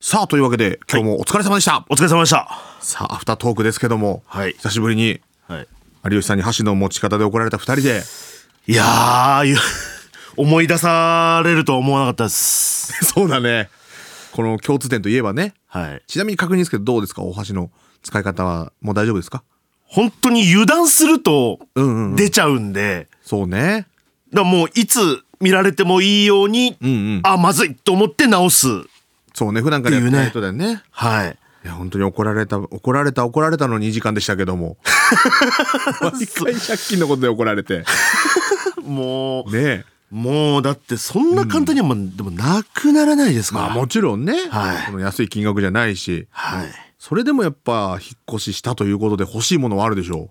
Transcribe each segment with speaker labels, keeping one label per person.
Speaker 1: さあというわけで今日もお疲れ様でした、
Speaker 2: お疲れ様でした。
Speaker 1: さあアフタートークですけども、
Speaker 2: はい
Speaker 1: 久しぶりに
Speaker 2: はい。
Speaker 1: 有吉さんに箸の持ち方で怒られた2人で
Speaker 2: いやー、ゆ 思い出されるとは思わなかったです。
Speaker 1: そうだねこの共通点といえばね
Speaker 2: はい。
Speaker 1: ちなみに確認ですけどどうですかお箸の使い方はもう大丈夫ですか
Speaker 2: 本当に油断すると
Speaker 1: うんうんうん
Speaker 2: 出ちゃうんで、
Speaker 1: そうね
Speaker 2: だからもういつ見られてもいいように、
Speaker 1: うんうん
Speaker 2: あ、まずいと思って直す。
Speaker 1: そうね普段からやってない人だよね
Speaker 2: はい。
Speaker 1: いや本当に怒られた怒られた怒られたの2時間でしたけども 毎回借金のことで怒られてね
Speaker 2: もう、
Speaker 1: え
Speaker 2: もうだってそんな簡単にはもう、でもなくならないですから。
Speaker 1: まあもちろんね、
Speaker 2: はい
Speaker 1: その安い金額じゃないし
Speaker 2: はい。
Speaker 1: それでもやっぱ引っ越ししたということで欲しいものはあるでしょう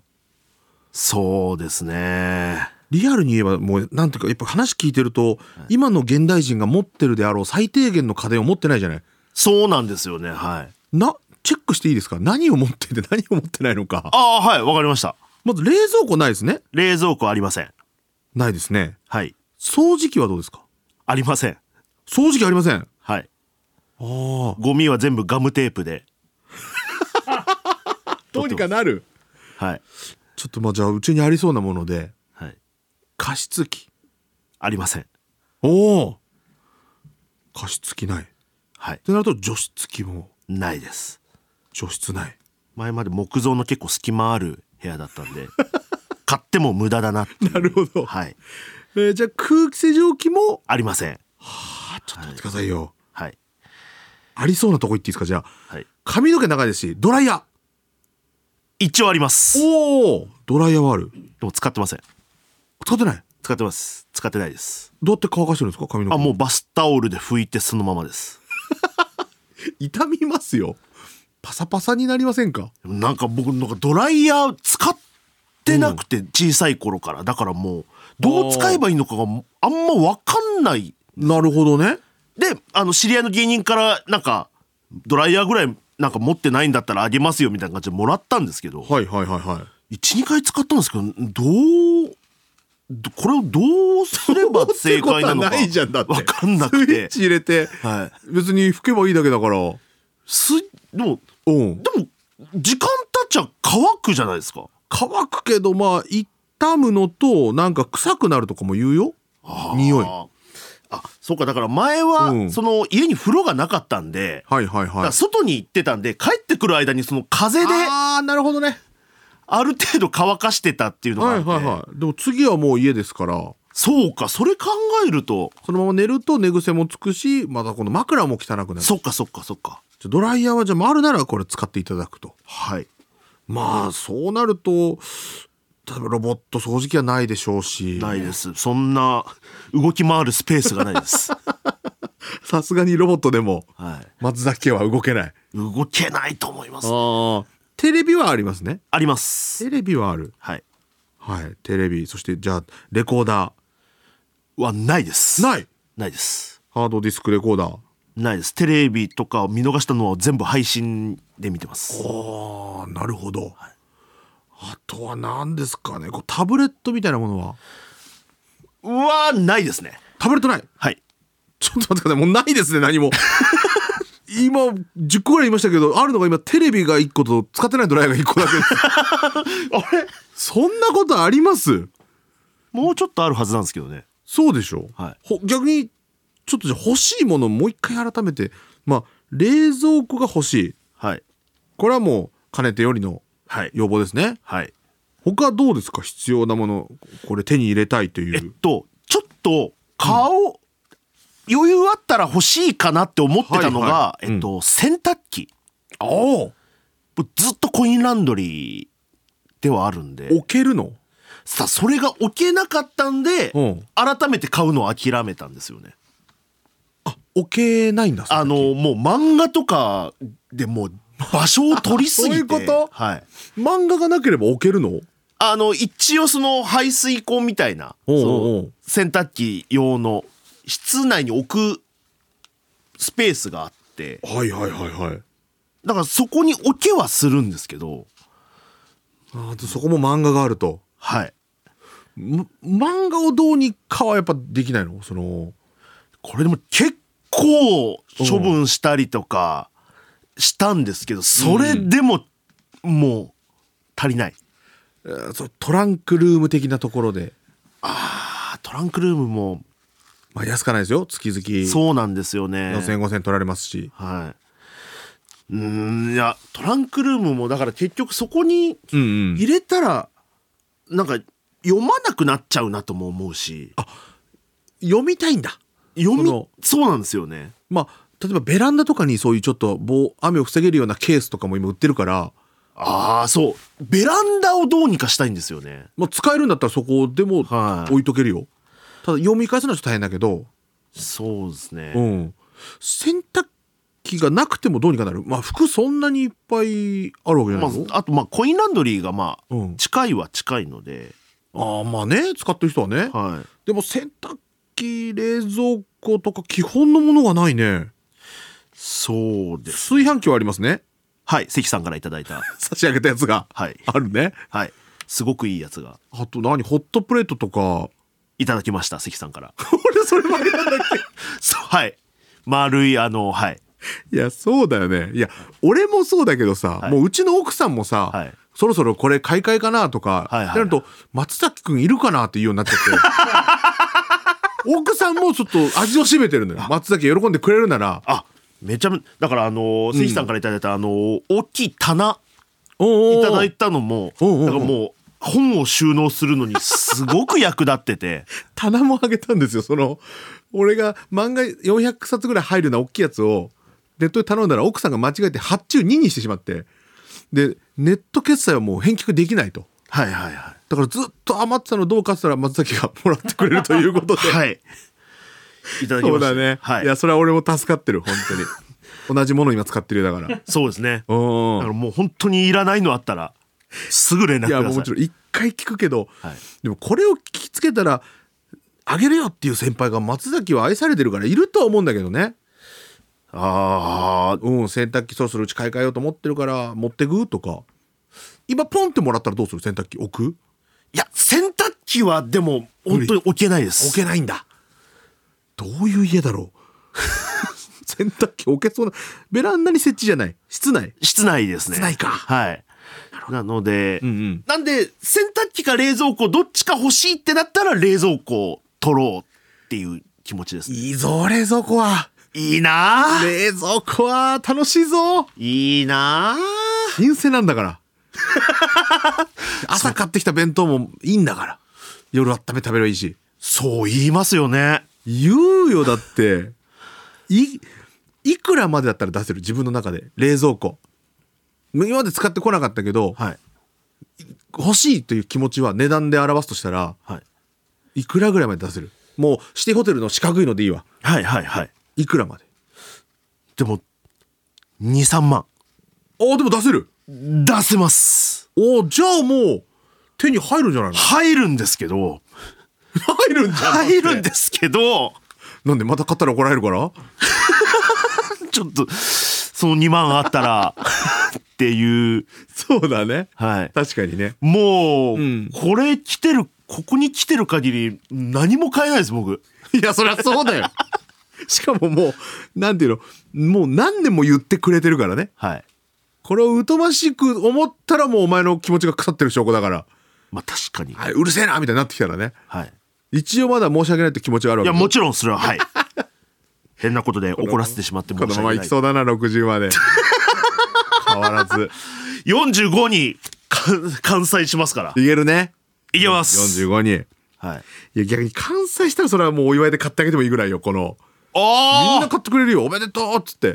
Speaker 2: そうですね。
Speaker 1: リアルに言えばもうなんていうかやっぱ話聞いてると、今の現代人が持ってるであろう最低限の家電を持ってないじゃない
Speaker 2: そうなんですよね。はい。
Speaker 1: なチェックしていいですか何を持ってて何を持ってないのか
Speaker 2: ああ、はい。わかりました。
Speaker 1: まず冷蔵庫ないですね
Speaker 2: 冷蔵庫ありません。
Speaker 1: ないですね
Speaker 2: はい。
Speaker 1: 掃除機はどうですか
Speaker 2: ありません。
Speaker 1: 掃除機ありませんあ
Speaker 2: はい。
Speaker 1: あ
Speaker 2: ゴミは全部ガムテープで。
Speaker 1: どうにかなる
Speaker 2: はい。
Speaker 1: ちょっとまあじゃあうちにありそうなもので
Speaker 2: はい。
Speaker 1: 加湿器
Speaker 2: ありません。
Speaker 1: おお加湿器ないっ
Speaker 2: はい。
Speaker 1: てなると除湿器も
Speaker 2: ないです。
Speaker 1: 除湿ない
Speaker 2: 前まで木造の結構隙間ある部屋だったん で、買っても無駄だなっていう
Speaker 1: なるほど
Speaker 2: はい。
Speaker 1: えーじゃあ空気清浄機も
Speaker 2: ありません。
Speaker 1: あちょっと待ってくださいよ、
Speaker 2: はい。
Speaker 1: ありそうなとこ行っていいですかじゃあ
Speaker 2: はい。
Speaker 1: 髪の毛長いですしドライヤ
Speaker 2: 一応ありま
Speaker 1: ー
Speaker 2: す。
Speaker 1: おおドライヤーはある
Speaker 2: でも使ってません。
Speaker 1: 使ってない
Speaker 2: 使ってます。使ってないです。
Speaker 1: どうやって乾かしてるんですか髪の毛
Speaker 2: あ、もうバスタオルで拭いてそのままです。
Speaker 1: 痛みますよパサパサになりませんか
Speaker 2: でもなんか僕なんかドライヤー使ってなくて小さい頃からだからもうどう使えばいいのかがあんま分かんない
Speaker 1: なるほどね
Speaker 2: であの知り合いの芸人からなんかドライヤーぐらいなんか持ってないんだったらあげますよみたいな感じでもらったんですけど
Speaker 1: はいはいはいはい
Speaker 2: 12回使ったんですけどどうどこれをどうすれば正解なのか
Speaker 1: どうってことはないじゃんだって
Speaker 2: 分かんなく
Speaker 1: スイッ
Speaker 2: て
Speaker 1: チ入れて
Speaker 2: はい
Speaker 1: 別に拭けばいいだけだから
Speaker 2: すでも
Speaker 1: うん
Speaker 2: でも時間経っちゃ乾くじゃないですか
Speaker 1: 乾くけどまあ傷むのとなんか臭くなるとかも言うよ匂いは
Speaker 2: ああそうかだから前は、
Speaker 1: うん
Speaker 2: その家に風呂がなかったんで、
Speaker 1: いはい
Speaker 2: だか
Speaker 1: はい
Speaker 2: ら外に行ってたんで帰ってくる間にその風であ
Speaker 1: ああなるほどね
Speaker 2: る程度乾かしてたっていうのが
Speaker 1: は
Speaker 2: あ
Speaker 1: い
Speaker 2: って、
Speaker 1: はいはいでも次はもう家ですから
Speaker 2: そうかそれ考えると
Speaker 1: そのまま寝ると寝癖もつくしまたこの枕も汚くなる
Speaker 2: そっかそっかそっか
Speaker 1: じゃあドライヤーはじゃあ回るならこれ使っていただくと
Speaker 2: はい
Speaker 1: まあそうなると例えばロボット掃除機はないでしょうし
Speaker 2: ないですそんな動き回るスペースがないです
Speaker 1: さすがにロボットでも
Speaker 2: は
Speaker 1: 松崎家は動けない
Speaker 2: い動けないと思います
Speaker 1: あテレビはありますね
Speaker 2: あります
Speaker 1: テレビはある
Speaker 2: はい
Speaker 1: はいテレビそしてじゃあレコーダ
Speaker 2: はないです
Speaker 1: ーない
Speaker 2: ないです
Speaker 1: ハードディスクレコーダー
Speaker 2: ないですテレビとかを見逃したのは全部配信で見てます
Speaker 1: ああなるほど、あとは何ですかねこうタブレットみたいなものは
Speaker 2: うわーないですね
Speaker 1: タブレットない
Speaker 2: はい
Speaker 1: ちょっと待ってくださいもうないですね何も 今10個ぐらい言いましたけどあるのが今テレビが1個と使ってないドライヤーが1個だけです
Speaker 2: あれ
Speaker 1: そんなことあります
Speaker 2: もうちょっとあるはずなんですけどね
Speaker 1: そうでしょ、
Speaker 2: は
Speaker 1: ほ逆にちょっとじゃあ欲しいものをもう一回改めてまあ冷蔵庫が欲しい
Speaker 2: はい
Speaker 1: これはもうかねてよりの
Speaker 2: はい
Speaker 1: 要望ですね
Speaker 2: はい
Speaker 1: 他どうですか必要なものこれ手に入れたいと
Speaker 2: えっ
Speaker 1: いう
Speaker 2: とちょっと顔、余裕あったら欲しいかなって思ってたのが、
Speaker 1: はいはい
Speaker 2: えっと、洗濯機
Speaker 1: おお
Speaker 2: もうずっとコインランドリーではあるんで
Speaker 1: 置けるの
Speaker 2: さあそれが置けなかったんで、
Speaker 1: うん
Speaker 2: 改めて買うのを諦めたんですよね
Speaker 1: 置けないんだ
Speaker 2: あのもう漫画とかでもう場所を取りすぎて
Speaker 1: そういうこと
Speaker 2: はい
Speaker 1: 漫画がなければ置けるの
Speaker 2: あの一応その排水口みたいな
Speaker 1: おうおうおう
Speaker 2: その洗濯機用の室内に置くスペースがあって
Speaker 1: はいはいはいはい
Speaker 2: だからそこに置けはするんですけど
Speaker 1: あとそこも漫画があると
Speaker 2: はい
Speaker 1: む漫画をどうにかはやっぱできないのその
Speaker 2: これでも結構処分したりとかしたんですけど、それでも、もう足りない。
Speaker 1: えーそうトランクルーム的なところで、
Speaker 2: あトランクルームも
Speaker 1: まあ、安かないですよ月々
Speaker 2: そうなんですよね。
Speaker 1: 4,000 5,000取られますし、
Speaker 2: はい。うーんいやトランクルームもだから結局そこに
Speaker 1: うんうん、
Speaker 2: 入れたら、なんか読まなくなっちゃうなとも思うし
Speaker 1: 読みたいんだ
Speaker 2: 読み
Speaker 1: その
Speaker 2: そうなんですよね
Speaker 1: まあ例えばベランダとかにそういうちょっと棒雨を防げるようなケースとかも今売ってるから、
Speaker 2: ああそうベランダをどうにかしたいんですよね
Speaker 1: まあ、使えるんだったらそこでも
Speaker 2: はい
Speaker 1: 置いとけるよ、ただ読み返すのはちょっと大変だけど、
Speaker 2: そうですね、
Speaker 1: うん、洗濯機がなくてもどうにかなるまあ服そんなにいっぱいあるわけじゃな
Speaker 2: ま
Speaker 1: いの、
Speaker 2: あ、あとまあコインランドリーがまあ
Speaker 1: うん
Speaker 2: 近いは近いので、
Speaker 1: ああまあね使ってる人はね、
Speaker 2: はい
Speaker 1: でも洗濯機冷蔵庫とか基本のものがないね
Speaker 2: そうです
Speaker 1: 炊飯器はありますね
Speaker 2: はい関さんからいただ いた
Speaker 1: 差し上げたやつが
Speaker 2: はい
Speaker 1: あるね
Speaker 2: はいすごくいいやつが
Speaker 1: あと何ホットプレートとか
Speaker 2: いただきました関さんから
Speaker 1: 俺それまでなんだっ
Speaker 2: そうはい丸いあのはい
Speaker 1: け いやそうだよねいや俺もそうだけどさ、
Speaker 2: はい
Speaker 1: もううちの奥さんもさ、
Speaker 2: はい
Speaker 1: そろそろこれ買い替えかなとか、
Speaker 2: はいはい
Speaker 1: ってなると松崎くんいるかなっていうようになっちゃ って奥さんもちょっと味を占めてるのよ松崎喜んでくれるなら
Speaker 2: あめちゃめだからあのー関さんからいただいたあのー大きい棚い
Speaker 1: い
Speaker 2: ただいたのも
Speaker 1: おうおうおう
Speaker 2: だからもう本を収納するのにすごく役立っ てて
Speaker 1: 棚もあげたんですよその俺が漫画400冊ぐらい入るような大きいやつをネットで頼んだら奥さんが間違えて発注2にしてしまってでネット決済はもう返却できないと
Speaker 2: はいはいは
Speaker 1: だからずっと余ってたのどうかって言ったら松崎がもらってくれるという ことで
Speaker 2: いはいいただき
Speaker 1: そ
Speaker 2: ま
Speaker 1: う
Speaker 2: し
Speaker 1: だ
Speaker 2: た
Speaker 1: ね、
Speaker 2: はい
Speaker 1: い、やそれは俺も助かってる本当に 同じもの今使ってるよだから
Speaker 2: そうですね
Speaker 1: う
Speaker 2: だから
Speaker 1: ん
Speaker 2: もう本当にいらないのあったらすぐ連絡
Speaker 1: い
Speaker 2: くだ
Speaker 1: や
Speaker 2: さい
Speaker 1: もうもちろん一回聞くけど、
Speaker 2: はい
Speaker 1: でもこれを聞きつけたらあげるよっていう先輩が松崎は愛されてるからいるとは思うんだけどね
Speaker 2: あー
Speaker 1: うん、洗濯機そろそろうち買い替えようと思ってるから持ってくとか今ポンってもらったらどうする洗濯機置く
Speaker 2: いや洗濯機はでも本当に置けないです
Speaker 1: 置けないんだどういう 家だろう洗濯機置けそうなベランダに設置じゃない室内
Speaker 2: 室内ですね
Speaker 1: 室内か
Speaker 2: はいなので、
Speaker 1: うんうん
Speaker 2: なんで洗濯機か冷蔵庫どっちか欲しいってなったら冷蔵庫を取ろうっていう気持ちですね
Speaker 1: いいぞ冷蔵庫はい
Speaker 2: いな ぁ
Speaker 1: 冷蔵庫は楽しいぞ
Speaker 2: いいなぁ
Speaker 1: 新鮮なんだから 朝買ってきた弁当もいいんだから夜温め食べればいいし
Speaker 2: そう言いますよね
Speaker 1: 言うよだっていいくらまでだったら出せる自分の中で冷蔵庫今まで使ってこなかったけど、
Speaker 2: はい
Speaker 1: 欲しいという気持ちは値段で表すとしたら
Speaker 2: はい
Speaker 1: いくらぐらいまで出せるもうシティホテルの四角いのでいいわ
Speaker 2: はいはいはい
Speaker 1: いくらまで
Speaker 2: でも23万
Speaker 1: ああでも出せる
Speaker 2: 出せます
Speaker 1: おーじゃあもう手に入るんじゃないの
Speaker 2: 入るんですけど
Speaker 1: 入るんじゃない
Speaker 2: 入るんですけど
Speaker 1: なんでまた買ったら怒られるから
Speaker 2: ちょっとその2万あったらっていう
Speaker 1: そうだね
Speaker 2: はい
Speaker 1: 確かにね
Speaker 2: もう、
Speaker 1: ん
Speaker 2: これ来てるここに来てる限り何も買え ないです僕
Speaker 1: いや、そりゃそうだよ。 しかももう、なんていうの、もう何年も言ってくれてるからね。
Speaker 2: はい
Speaker 1: これを疎ましく思ったらもうお前の気持ちが腐ってる証拠だから、
Speaker 2: まあ確かに
Speaker 1: はい、うるせえなみたいになってきたらね。
Speaker 2: はい
Speaker 1: 一応まだ申し訳ないって気持ちはあるわ
Speaker 2: い
Speaker 1: け
Speaker 2: や
Speaker 1: で
Speaker 2: もちろんそれははい変なことで怒らせてしまって
Speaker 1: こ
Speaker 2: 申
Speaker 1: の
Speaker 2: し
Speaker 1: まま
Speaker 2: 訳
Speaker 1: い
Speaker 2: な
Speaker 1: き
Speaker 2: い
Speaker 1: そうだな、60ま で。変わらず。
Speaker 2: 45に完完済しますから
Speaker 1: いけるね。
Speaker 2: いけます
Speaker 1: 45に。
Speaker 2: は
Speaker 1: い
Speaker 2: い
Speaker 1: や、逆に完済したらそれはもうお祝いで買ってあげてもいいぐらいよ、この。みん
Speaker 2: あ
Speaker 1: な買ってくれるよ、おめでとうっつ って。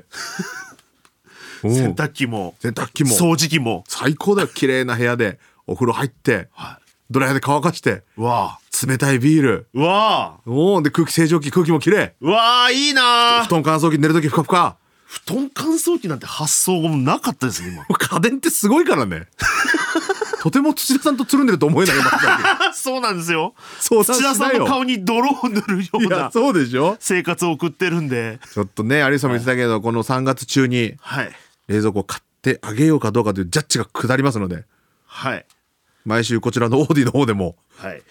Speaker 1: うん
Speaker 2: あ洗
Speaker 1: 洗
Speaker 2: 濯機も
Speaker 1: 濯機も。
Speaker 2: 掃除機も
Speaker 1: 最高だよ綺麗な部屋でお風呂入って、
Speaker 2: は
Speaker 1: ドライヤーで乾かして
Speaker 2: わあ
Speaker 1: 冷たいビール
Speaker 2: うわあ
Speaker 1: おーで空気清浄機空気も綺麗
Speaker 2: うわあいい
Speaker 1: 布
Speaker 2: なあ
Speaker 1: 団乾燥機寝る時ふかふか
Speaker 2: 布団乾燥機なんて発想もなかったですね今
Speaker 1: 家電ってすごいからねとても土田さんとつるんでると思えないよ松崎
Speaker 2: そうなんですよ
Speaker 1: そう
Speaker 2: 土田さんの
Speaker 1: し
Speaker 2: 顔に泥を塗るよ
Speaker 1: ないうよいや
Speaker 2: な
Speaker 1: そうでしょ
Speaker 2: 生活を送ってるんで
Speaker 1: ちょっとね有吉さんも言ってたけど、この3月中に
Speaker 2: はい
Speaker 1: 冷蔵庫を買ってあげようかどうかというジャッジが下りますので
Speaker 2: はい
Speaker 1: 毎週こちらのオーディの方でも
Speaker 2: はい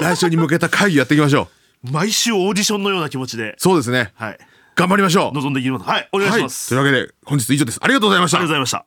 Speaker 1: 来週に向けた会議やっていきましょう
Speaker 2: 毎週オーディションのような気持ちで
Speaker 1: そうですね
Speaker 2: はい頑張りましょう
Speaker 1: 臨んでいきますはいお願いしま
Speaker 2: は
Speaker 1: す、
Speaker 2: い、というわけで本日以上ですありがとうございまし
Speaker 1: あ
Speaker 2: た
Speaker 1: りがとうございました